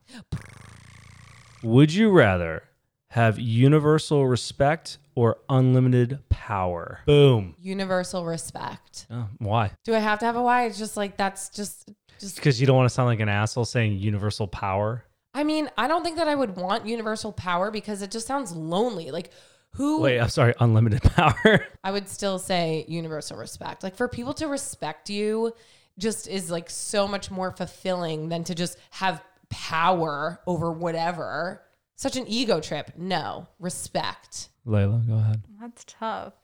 Would you rather have universal respect or unlimited power? Boom.
Universal respect.
Oh, why?
Do I have to have a why? It's just like that's just just.
Because you don't want to sound like an asshole saying universal power.
I mean, I don't think that I would want universal power because it just sounds lonely. Like who?
Wait, I'm sorry, unlimited power.
I would still say universal respect. Like for people to respect you just is like so much more fulfilling than to just have power over whatever. Such an ego trip. No, respect.
Layla, go ahead.
That's tough.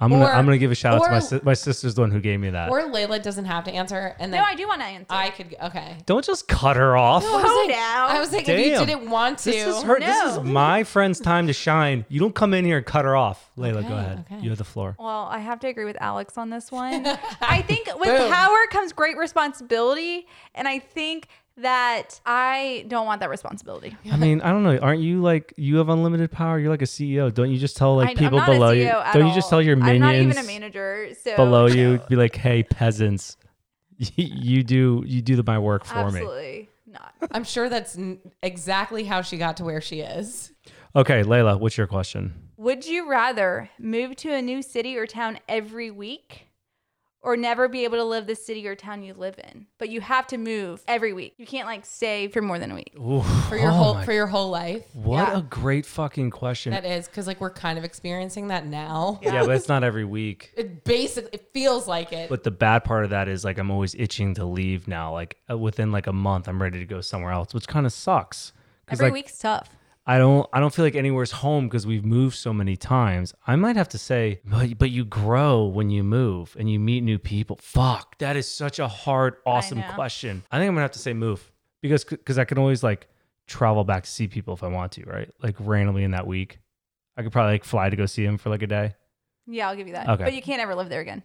I'm gonna
Or-
I'm gonna give a shout out to my
or-
si- my sister's the one who gave me that.
Or Layla doesn't have to answer and then
No, I do want to answer.
I could okay.
don't just cut her off.
I was
Slow
like,
down.
I was like if you
Damn.
didn't want to.
This is her. This is
No.
my friend's time to shine. You don't come in here and cut her off. Layla,
Okay,
go ahead.
okay.
You have the floor.
well, I have to agree with Alex on this one. I think with
Boom.
power comes great responsibility, and I think that I don't want that responsibility.
I mean, I don't know. Aren't you like you have unlimited power? You're like a CEO. Don't you just tell like
I, I'm
people
not
below
a
you?
CEO at
Don't you
all.
just tell your minions
I'm not even a manager, so
below you be like, "Hey, peasants, you do you do the, my work for me."
absolutely not.
I'm sure that's n- exactly how she got to where she is.
Okay, Layla, what's your question?
Would you rather move to a new city or town every week or never be able to live the city or town you live in? But you have to move every week. You can't like stay for more than a week.
for your whole for your whole life.
Oh what
yeah.
a great fucking question.
That is because like we're kind of experiencing that now.
yeah, but it's not every week.
It basically it feels like it.
But the bad part of that is like I'm always itching to leave now. Like uh, within like a month, I'm ready to go somewhere else, which kind of sucks. Because
Every
like
week's tough.
I don't I don't feel like anywhere's home because we've moved so many times. I might have to say, but, but you grow when you move and you meet new people. Fuck, that is such a hard, awesome
know.
question. I think I'm gonna have to say move because because I can always like travel back to see people if I want to, right? Like randomly in that week, I could probably like fly to go see them for like a day.
Yeah, I'll give you that.
Okay.
But you can't ever live there again.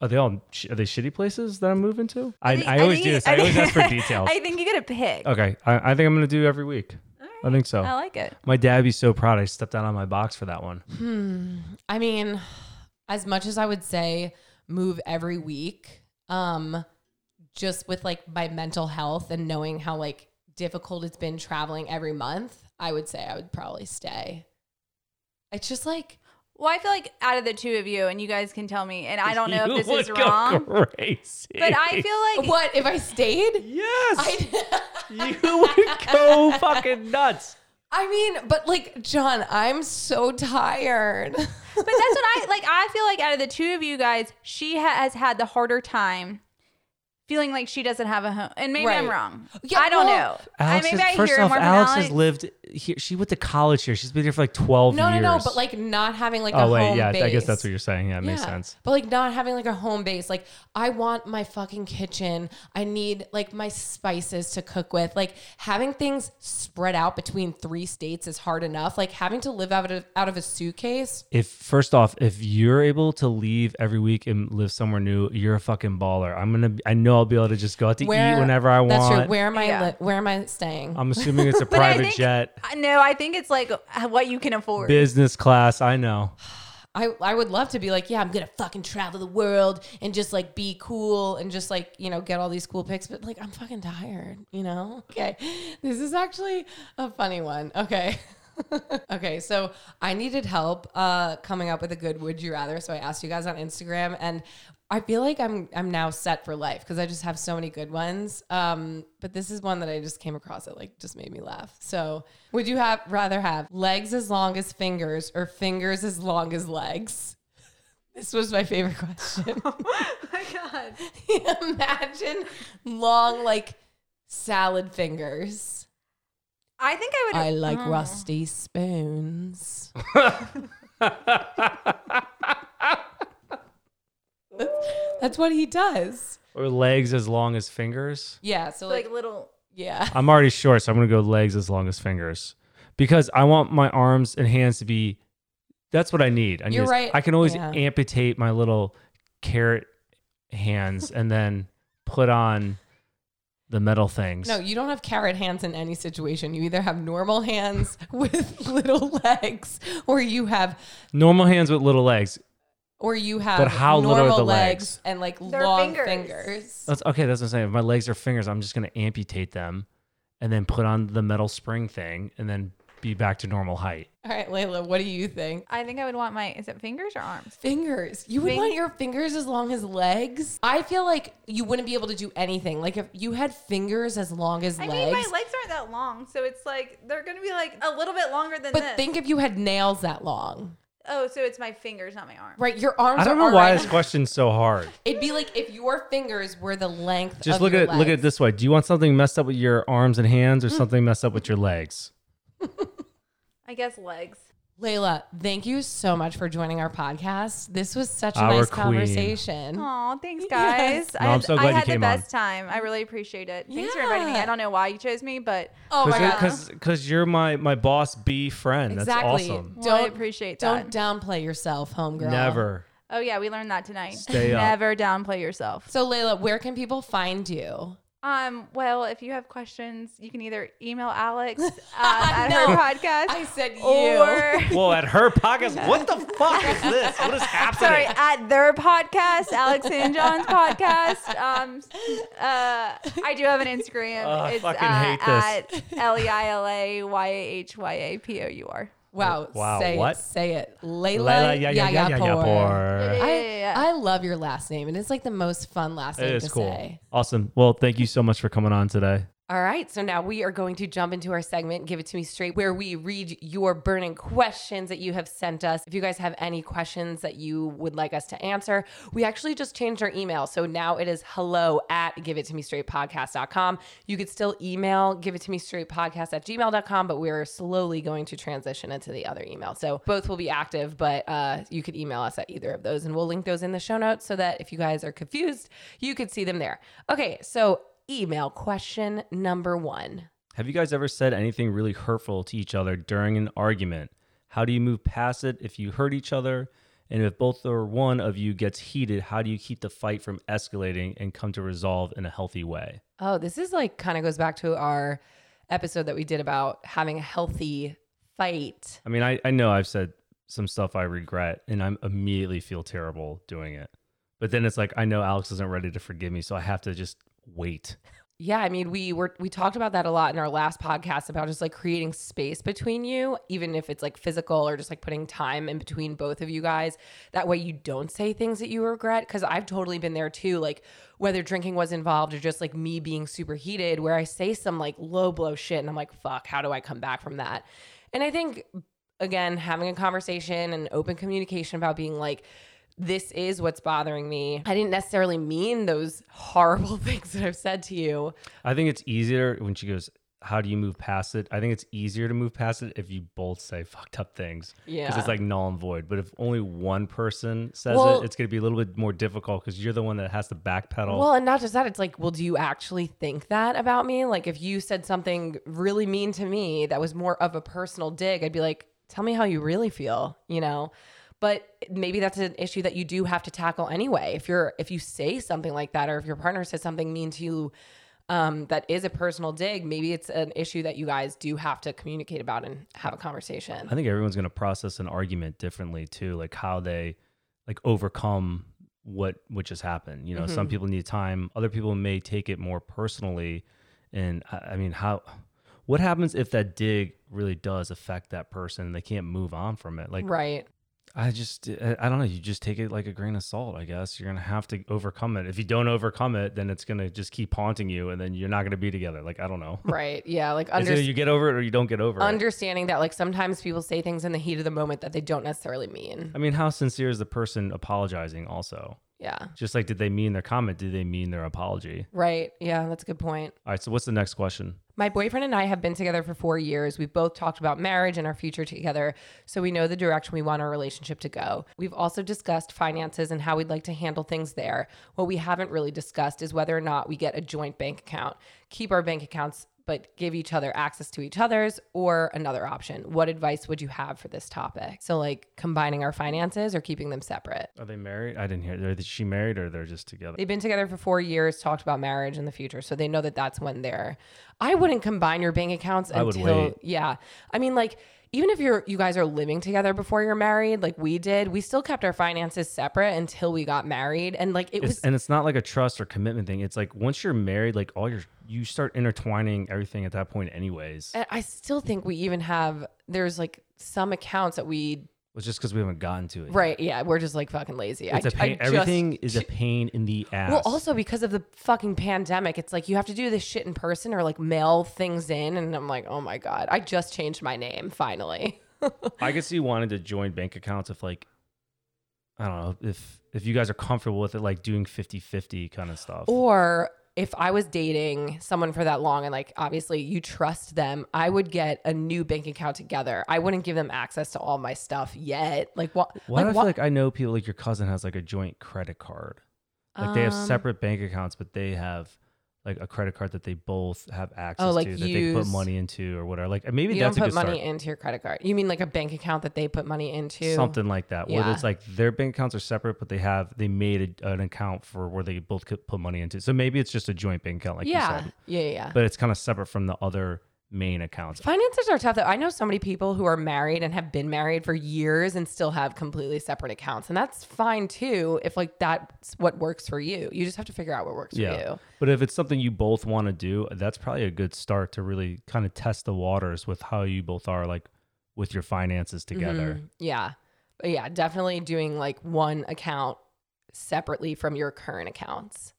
Are they all sh- are they shitty places that I'm moving to? I,
think-
I always
think
do
you-
this. I, always ask
think-
for details.
I think you get a pick.
okay, I, I think I'm gonna do every week. I think so.
I like it.
My dad be so proud. I stepped out on my box for that one.
Hmm. I mean, as much as I would say move every week, um, just with like my mental health and knowing how like difficult it's been traveling every month, I would say I would probably stay. It's just like
Well, I feel like out of the two of you, and you guys can tell me, and I don't know
You
if this is
would go
wrong,
Crazy.
but I feel like
what if I stayed?
Yes.
I
you would go fucking nuts.
I mean, but like John, I'm so tired.
But that's what I like. I feel like out of the two of you guys, she ha- has had the harder time feeling like she doesn't have a home. And maybe I'm
Right.
wrong.
Yeah,
I don't
well-
know. I, maybe I hear more from
Alex,
Alex.
has lived here. She went to college here. She's been here for like 12
no, no,
years.
no, but like not having like
Oh,
a
wait.
home
Yeah.
base.
I guess that's what you're saying. Yeah. It makes
Yeah,
sense.
But like not having like a home base. Like I want my fucking kitchen. I need like my spices to cook with. Like having things spread out between three states is hard enough. Like having to live out of out of a suitcase.
If first off, if you're able to leave every week and live somewhere new, you're a fucking baller. I'm gonna. I know I'll be able to just go out to eat whenever I
that's true.
want.
Where am I?
Yeah.
li- where am I staying?
I'm assuming it's a
But I
private
think-
jet,
I- No, I think it's like what you can afford.
business class. I know.
I I would love to be like, yeah, I'm gonna fucking travel the world and just like be cool and just like you know get all these cool pics. But like I'm fucking tired. You know. Okay, this is actually a funny one. Okay. okay, so I needed help uh, coming up with a good would you rather. So I asked you guys on Instagram, and I feel like I'm I'm now set for life because I just have so many good ones. Um, but this is one that I just came across that like just made me laugh. So would you have rather have legs as long as fingers or fingers as long as legs? This was my favorite question.
Oh my God.
Imagine long like salad fingers.
I think I would.
I like rusty spoons. That's what he does.
Or legs as long as fingers.
Yeah. So like,
like little.
yeah.
I'm already short, so I'm gonna go legs as long as fingers because I want my arms and hands to be. That's what I need. I need
You're
is-
right.
I can always
Yeah.
amputate my little carrot hands and then put on the metal things.
No, you don't have carrot hands in any situation. You either have normal hands with little legs, or you have,
normal hands with little legs.
or you have.
But how little
normal
are the legs?
legs, and like
They're
long
fingers.
fingers.
That's okay. That's what I'm saying. If my legs are fingers, I'm just gonna amputate them and then put on the metal spring thing and then be back to normal height.
All right, Layla, what do you think?
I think I would want my. Is it fingers or arms?
Fingers. You would
Fing-
want your fingers as long as legs. I feel like you wouldn't be able to do anything. Like if you had fingers as long as
I
legs.
mean, my legs aren't that long, so it's like they're gonna be like a little bit longer than
but
this.
think if you had nails that long.
oh, so it's my fingers, not my arms.
Right, your arms
I don't
are
know why
already-
this question's so hard.
It'd be like if your fingers were the length
Just
of
look at
your
it, look at it
legs. Mm.
this way. Do you want something messed up with your arms and hands or something messed up with your legs?
I guess legs.
Layla, thank you so much for joining our podcast. This was such a
Our
nice
queen.
conversation.
Oh, thanks, guys.
Yes.
I
No, I'm
had,
so
I
glad you
had the
came on.
best time. I really appreciate it. Thanks for inviting me.
Yeah.
I don't know why you chose me, but
Oh my god.
Because you're my my boss B friend. That's
Exactly.
awesome.
well, I
Don't-
appreciate that.
Don't downplay yourself, homegirl.
Never.
oh yeah, we learned that tonight.
Stay up.
Never downplay yourself.
So Layla, where can people find you?
Um, well, if you have questions, you can either email Alex uh, at her podcast.
I said you.
Or
Whoa, at her podcast? What the fuck is this? What is
sorry,
happening?
at their podcast, Alex and John's podcast. Um, uh, I do have an Instagram.
Oh, I
it's
fucking
uh,
hate
at L E I L A Y A H Y A P O U R.
Wow.
Wow,
Say
what?
It, say it. Layla,
Layla
Yayapur.
Yayapur.
Yeah,
I,
yeah, yeah.
I love your last name, and it's like the most fun last
It
name
is
to
cool.
say.
Awesome. Well, thank you so much for coming on today.
All right, so now we are going to jump into our segment, Give It To Me Straight, where we read your burning questions that you have sent us. If you guys have any questions that you would like us to answer, we actually just changed our email. So now it is hello at give it to me straight podcast.com. You could still email give it to me straight podcast at gmail.com, but we're slowly going to transition into the other email. So both will be active, but uh, you could email us at either of those and we'll link those in the show notes so that if you guys are confused, you could see them there. Okay, so email question number one.
Have you guys ever said anything really hurtful to each other during an argument? How do you move past it if you hurt each other? And if both or one of you gets heated, how do you keep the fight from escalating and come to resolve in a healthy way?
Oh, this is like kind of goes back to our episode that we did about having a healthy fight.
I mean, I, I know I've said some stuff I regret and I immediately feel terrible doing it. But then it's like, I know Alex isn't ready to forgive me, so I have to just wait.
Yeah, I mean, we were we talked about that a lot in our last podcast about just like creating space between you, even if it's like physical or just like putting time in between both of you guys. That way you don't say things that you regret cuz I've totally been there too, like whether drinking was involved or just like me being super heated where I say some like low blow shit and I'm like, "Fuck, how do I come back from that?" And I think again, having a conversation and open communication about being like, this is what's bothering me. I didn't necessarily mean those horrible things that I've said to you.
I think it's easier when she goes, How do you move past it? I think it's easier to move past it if you both say fucked up things. Because
Yeah.
it's like null and void. But if only one person says
Well-
it, it's going to be a little bit more difficult because you're the one that has to backpedal.
Well, and not just that, it's like, well, do you actually think that about me? Like, if you said something really mean to me that was more of a personal dig, I'd be like, tell me how you really feel, you know? But maybe that's an issue that you do have to tackle anyway. If you're, if you say something like that, or if your partner says something mean to you um, that is a personal dig, maybe it's an issue that you guys do have to communicate about and have a conversation.
I think everyone's going to process an argument differently too, like how they like overcome what what just happened. You know,
Mm-hmm.
some people need time, other people may take it more personally, and I, I mean, how what happens if that dig really does affect that person and they can't move on from it? Like,
Right.
I just eh, I I don't know. You just take it like a grain of salt, I guess. You're gonna have to overcome it. If you don't overcome it, then it's gonna just keep haunting you, and then you're not gonna be together. Like, I don't know.
Right. Yeah. Like
It's
under,
either you get over it or you don't get over it.
understanding that like sometimes people say things in the heat of the moment that they don't necessarily mean.
I mean, how sincere is the person apologizing? Also,
Yeah.
Just like, did they mean their comment? Did they mean their apology?
Right. Yeah, that's a good point.
All right. So, what's the next question?
My boyfriend and I have been together for four years. We've both talked about marriage and our future together, so we know the direction we want our relationship to go. We've also discussed finances and how we'd like to handle things there. What we haven't really discussed is whether or not we get a joint bank account, keep our bank accounts, but give each other access to each other's, or another option. What advice would you have for this topic? So, like combining our finances or keeping them separate?
Are they married? I didn't hear. Is she married or they're just together?
They've been together for four years, talked about marriage in the future, so they know that that's when they're. I wouldn't combine your bank accounts
I would
until
wait.
yeah. I mean, like even if you're you guys are living together before you're married, like we did, we still kept our finances separate until we got married, and like it
It's,
was
and it's not like a trust or commitment thing. It's like once you're married, like all your you start intertwining everything at that point, anyways.
and I still think we even have there's like some accounts that we
It's just because we haven't gotten to it. yet.
right yeah we're just like fucking lazy.
It's a
I- I
pain.
just-
everything is a pain in the ass.
Well, also because of the fucking pandemic, it's like you have to do this shit in person or like mail things in. And I'm like, oh my God, I just changed my name finally.
I could see wanting to join bank accounts if like. I don't know if if you guys are comfortable with it, like doing 50-50 kind of stuff.
Or if I was dating someone for that long and like obviously you trust them, I would get a new bank account together. I wouldn't give them access to all my stuff yet. Like what?
Why do I
like,
feel like I know people like your cousin has like a joint credit card? Like they have
Um,
separate bank accounts, but they have like a credit card that they both have access
Oh, like
to that they put
use-
money into or whatever. Like maybe
you
that's
don't
a
put
good
money
start.
into your credit card. You mean like a bank account that they put money into?
Something like that, where
Yeah.
it's like their bank accounts are separate, but they have they made a, an account for where they both could put money into. So maybe it's just a joint bank account, like you
yeah.
said,
yeah. Yeah. Yeah.
but it's kind of separate from the other main accounts.
Finances are tough though. I know so many people who are married and have been married for years and still have completely separate accounts. And that's fine too if like that's what works for you. You just have to figure out what works for you.
But if it's something you both want to do, that's probably a good start to really kind of test the waters with how you both are like with your finances together.
Mhm. Yeah. But yeah, definitely doing like one account separately from your current accounts.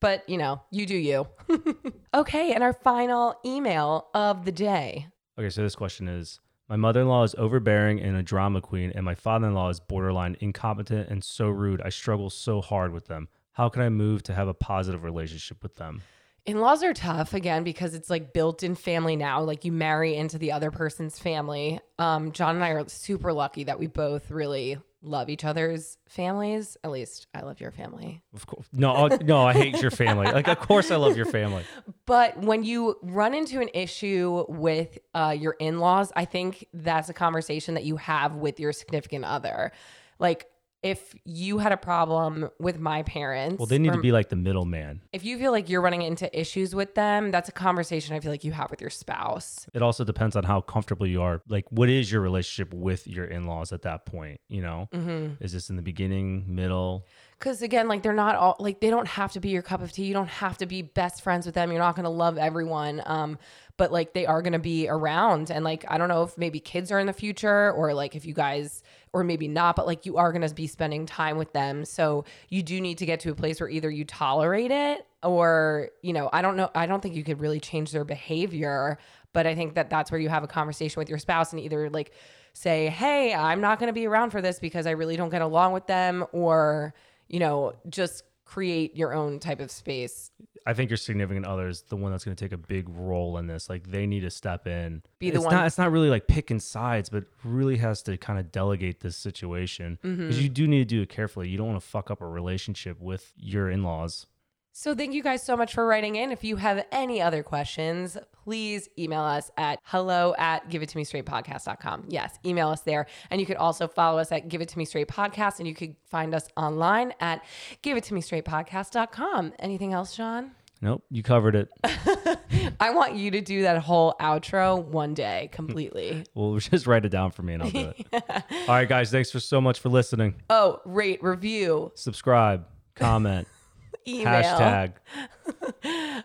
But, you know, you do you. okay, and our final email of the day.
Okay, so this question is My mother in law is overbearing and a drama queen, and my father in law is borderline incompetent and so rude. I struggle so hard with them. How can I move to have a positive relationship with them?
In-laws are tough again because it's like built in family now. Like you marry into the other person's family. Um, John and I are super lucky that we both really love each other's families. At least I love your family.
Of course. No, I- no, I hate your family. Like, of course I love your family.
But when you run into an issue with uh, your in laws, I think that's a conversation that you have with your significant other. Like, if you had a problem with my parents,
Well, they need
or
to be like the middleman.
if you feel like you're running into issues with them, that's a conversation I feel like you have with your spouse.
It also depends on how comfortable you are. Like, what is your relationship with your in laws at that point? You know,
Mm-hmm.
is this in the beginning, middle?
Because again, like they're not all like they don't have to be your cup of tea. You don't have to be best friends with them. You're not gonna love everyone. Um, but like they are gonna be around, and like I don't know if maybe kids are in the future, or like if you guys, or maybe not. But like you are gonna be spending time with them, so you do need to get to a place where either you tolerate it, or you know I don't know. I don't think you could really change their behavior, but I think that that's where you have a conversation with your spouse and either like say, hey, I'm not gonna be around for this because I really don't get along with them, or you know, just create your own type of space.
I think your significant other is the one that's going to take a big role in this. Like they need to step in.
Be the
it's
one-
Not, it's not really like picking sides, but really has to kind of delegate this situation because
Mm-hmm.
you do need to do it carefully. You don't want to fuck up a relationship with your in-laws.
So thank you guys so much for writing in. If you have any other questions, please email us at hello at giveittomestraightpodcast.com. Yes, email us there. And you could also follow us at Give It To Me Straight Podcast and you could find us online at giveittomestraightpodcast.com. Anything else, Sean?
Nope, you covered it.
I want you to do that whole outro one day completely.
well, just write it down for me and I'll do it. All right, guys, thanks for so much for listening.
oh, rate, review,
Subscribe, comment,
email.
hashtag.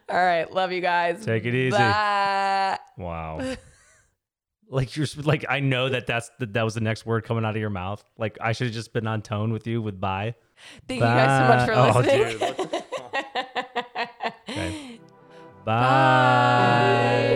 All right. Love you guys.
Take it easy.
Bye.
Wow. Like you're sp- like I know that that's that, that was the next word coming out of your mouth. Like I should have just been on tone with you with bye.
Thank you guys so
Oh,
much for
Bye.
listening.
Bye.